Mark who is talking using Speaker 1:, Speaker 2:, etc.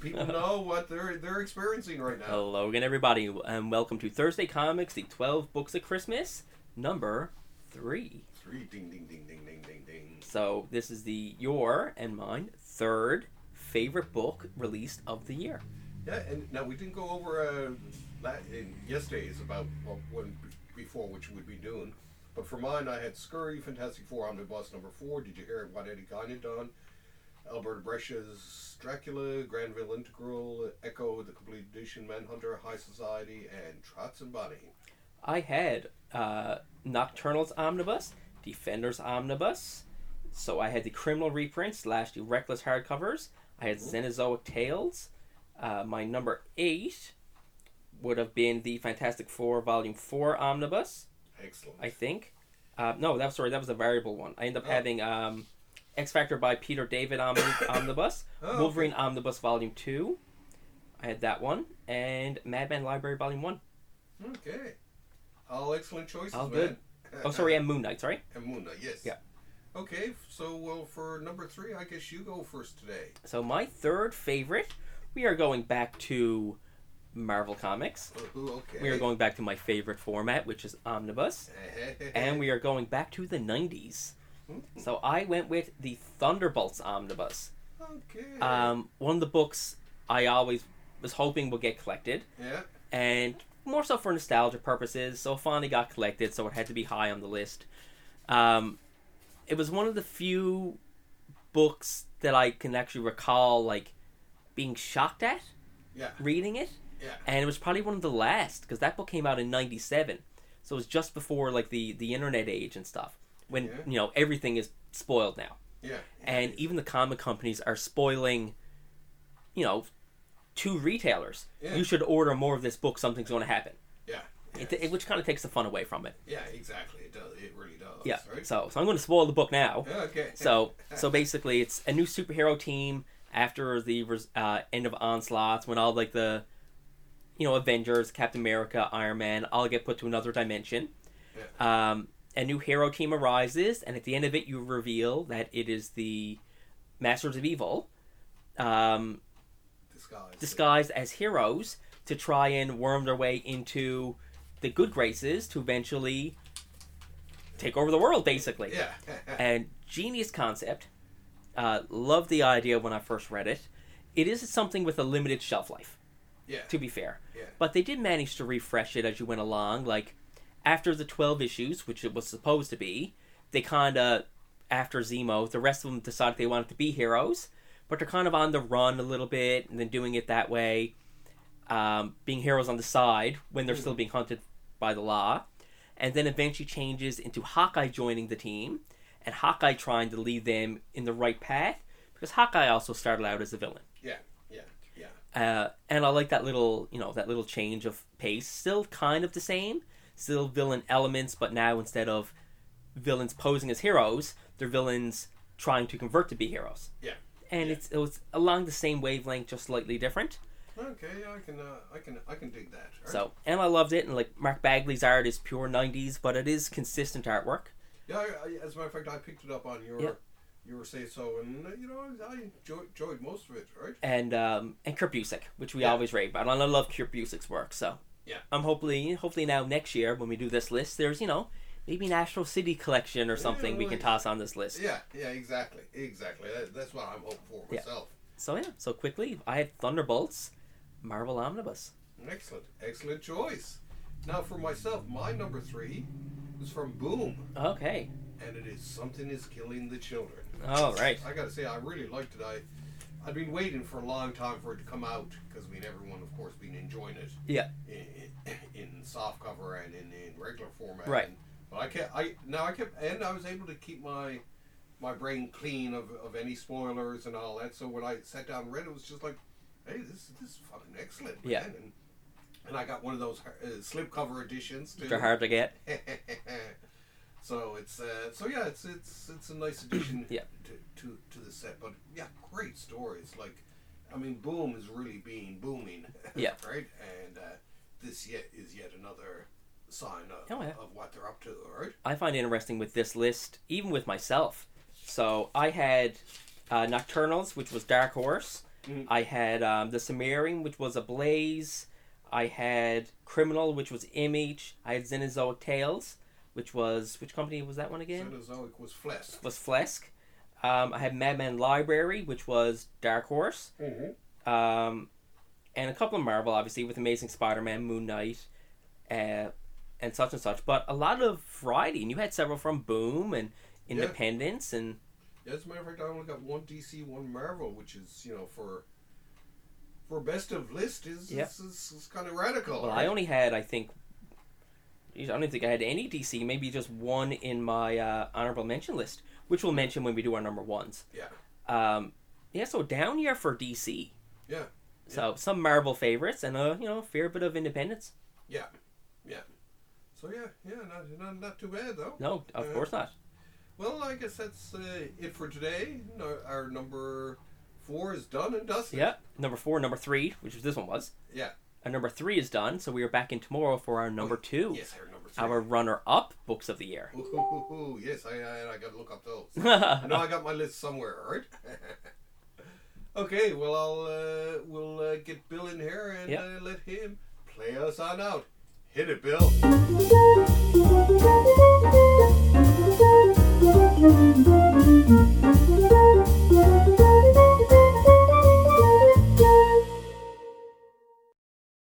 Speaker 1: people know what they're they're experiencing right now.
Speaker 2: Hello again, everybody, and welcome to Thursday Comics, the 12 Books of Christmas, number three.
Speaker 1: Three ding ding ding ding ding ding ding.
Speaker 2: So, this is the your and mine third favorite book released of the year.
Speaker 1: Yeah, and now we didn't go over uh, la- in yesterday's about what when before which we'd be doing, but for mine I had Scurry, Fantastic Four Omnibus number four. Did you hear what Eddie Gagne done? Albert Brescia's Dracula, Granville Integral, Echo, The Complete Edition, Manhunter, High Society, and Trots and Bonnie.
Speaker 2: I had uh, Nocturnal's Omnibus, Defender's Omnibus, so I had the Criminal Reprint slash the Reckless Hardcovers. I had Xenozoic Tales. Uh, my number eight would have been the Fantastic Four Volume 4 Omnibus.
Speaker 1: Excellent.
Speaker 2: I think. Uh, no, that sorry, that was a variable one. I end up
Speaker 1: Oh.
Speaker 2: having um, X Factor by Peter David Om- Omnibus,
Speaker 1: Oh, okay.
Speaker 2: Wolverine Omnibus Volume Two. I had that one, and Madman Library Volume One.
Speaker 1: Okay. All excellent choices,
Speaker 2: All
Speaker 1: man.
Speaker 2: good. Oh, sorry, and Moon Knight. Sorry.
Speaker 1: And Muna, yes.
Speaker 2: Yeah.
Speaker 1: Okay, so well for number three, I guess you go first today.
Speaker 2: So my third favorite, we are going back to Marvel Comics.
Speaker 1: Ooh, Uh, okay.
Speaker 2: We are going back to my favorite format, which is omnibus, and we are going back to the '90s. So I went with the Thunderbolts Omnibus.
Speaker 1: okay.
Speaker 2: um, one of the books I always was hoping would get collected,
Speaker 1: yeah.
Speaker 2: and more so for nostalgia purposes. So it finally got collected, so it had to be high on the list. Um, it was one of the few books that I can actually recall like being shocked at
Speaker 1: Yeah.
Speaker 2: reading it,
Speaker 1: Yeah.
Speaker 2: and it was probably one of the last because that book came out in '97, so it was just before like the the internet age and stuff when
Speaker 1: Yeah.
Speaker 2: you know everything is spoiled now
Speaker 1: Yeah.
Speaker 2: and e even the comic companies are spoiling you know to retailers
Speaker 1: Yeah.
Speaker 2: you should order more of this book something's going to happen
Speaker 1: yeah. Yeah.
Speaker 2: it, it, which kind of takes the fun away from it
Speaker 1: yeah. Exactly. It does. It really does.
Speaker 2: yeah
Speaker 1: Right?
Speaker 2: so so i'm going to spoil the book now
Speaker 1: Yeah, okay.
Speaker 2: so so basically it's a new superhero team after the res- uh, end of onslaughts when all like the you know avengers captain america iron man all get put to another dimension um, a new hero team arises and at the end of it you reveal that it is the masters of evil um,
Speaker 1: disguise.
Speaker 2: disguised as heroes to try and worm their way into the good graces to eventually take over the world basically
Speaker 1: Yeah.
Speaker 2: and genius concept. Uh, love the idea when I first read it. It is something with a limited shelf life,
Speaker 1: yeah.
Speaker 2: to be fair.
Speaker 1: Yeah.
Speaker 2: But they did manage to refresh it as you went along. Like after the twelve issues, which it was supposed to be, they kind of after Zemo, the rest of them decided they wanted to be heroes, but they're kind of on the run a little bit and then doing it that way, um, being heroes on the side when they're
Speaker 1: Mm.
Speaker 2: still being hunted by the law, and then eventually changes into Hawkeye joining the team and Hawkeye trying to lead them in the right path because Hawkeye also started out as a villain
Speaker 1: Yeah. Yeah. Yeah.
Speaker 2: uh, and I like that little you know that little change of pace. Still kind of the same, still villain elements, but now instead of villains posing as heroes, they're villains trying to convert to be heroes.
Speaker 1: Yeah.
Speaker 2: And
Speaker 1: Yeah.
Speaker 2: it's it was along the same wavelength, just slightly different.
Speaker 1: Okay. I can. Uh, I can. I can dig that. All right.
Speaker 2: So and I loved it. And like Mark Bagley's art is pure '90s, but it is consistent artwork.
Speaker 1: Yeah, I, I, as a matter of fact, I picked it up on your
Speaker 2: Yeah.
Speaker 1: your say so, and uh, you know I enjoy, enjoyed most of it, right?
Speaker 2: And um and Kurt Busiek, which we
Speaker 1: Yeah.
Speaker 2: always rave about. And I love Kurt Busiek's work. So
Speaker 1: Yeah.
Speaker 2: I'm hopefully hopefully now next year when we do this list, there's you know. Maybe an Astro City collection or something we can
Speaker 1: like-
Speaker 2: toss on this list.
Speaker 1: Yeah, yeah, exactly, exactly. That, that's what I'm hoping for
Speaker 2: Yeah.
Speaker 1: myself.
Speaker 2: So yeah, so quickly, I had Thunderbolts, Marvel Omnibus.
Speaker 1: Excellent, excellent choice. Now for myself, my number three is from Boom,
Speaker 2: Okay.
Speaker 1: and it is something is killing the children.
Speaker 2: All right.
Speaker 1: I gotta say, I really liked it. I I've been waiting for a long time for it to come out because I mean everyone, of course, been enjoying it.
Speaker 2: Yeah.
Speaker 1: in, in soft cover and in, in regular format.
Speaker 2: Right.
Speaker 1: but I kept I now I kept and I was able to keep my my brain clean of, of any spoilers and all that. So when I sat down and read it, it was just like, hey, this this is fucking excellent. Man.
Speaker 2: Yeah.
Speaker 1: And, and I got one of those uh, slipcover editions too.
Speaker 2: They're hard to get.
Speaker 1: so it's uh, so yeah, it's it's it's a nice addition
Speaker 2: Yeah.
Speaker 1: to, to to the set. But yeah, great stories. Like, I mean, Boom is really being booming.
Speaker 2: Yeah.
Speaker 1: right. And uh, this yet is yet another sign of,
Speaker 2: Oh, yeah.
Speaker 1: of what they're up to. Right.
Speaker 2: I find interesting with this list, even with myself. So I had uh, Nocturnals, which was Dark Horse.
Speaker 1: Mhm.
Speaker 2: I had um, the Cimmerian, which was Ablaze. I had Criminal, which was Image. I had Xenozoic Tales, which was which company was that one again?
Speaker 1: Cenozoic was Flesk.
Speaker 2: was Flesk. Um, I had Madman Library, which was Dark Horse
Speaker 1: Mm-hmm.
Speaker 2: um, and a couple of Marvel, obviously, with Amazing Spider-Man, Moon Knight, uh, and such and such. But a lot of variety, and you had several from Boom and
Speaker 1: Yeah.
Speaker 2: Independence, and
Speaker 1: As a matter of fact, I only got one DC, one Marvel, which is you know for for best of list is
Speaker 2: Yeah.
Speaker 1: is, is, kind of radical.
Speaker 2: well, I only had, I think, I don't even think I had any DC. Maybe just one in my uh, honorable mention list, which we'll mention when we do our number ones.
Speaker 1: Yeah.
Speaker 2: Um, yeah. So down year for DC.
Speaker 1: Yeah.
Speaker 2: So some Marvel favorites and a you know fair bit of Independence.
Speaker 1: yeah, yeah. So yeah, yeah, not not, not too bad though.
Speaker 2: No, of
Speaker 1: Uh,
Speaker 2: course not.
Speaker 1: Well, I guess that's uh, it for today. No, our number four is done and dusted.
Speaker 2: Yeah. Number four, number three, which is this one was.
Speaker 1: Yeah.
Speaker 2: Our number three is done, so we are back in tomorrow for our number two.
Speaker 1: Oh, Yes, our number three.
Speaker 2: Our runner up books of the year.
Speaker 1: Ooh, hoo, hoo, hoo. yes, I, I I gotta look up those. I know
Speaker 2: yeah,
Speaker 1: I got my list somewhere, all right? okay, well I'll uh, we'll uh, get Bill in here and
Speaker 2: Yep.
Speaker 1: uh, let him play us on out. Hit it, Bill.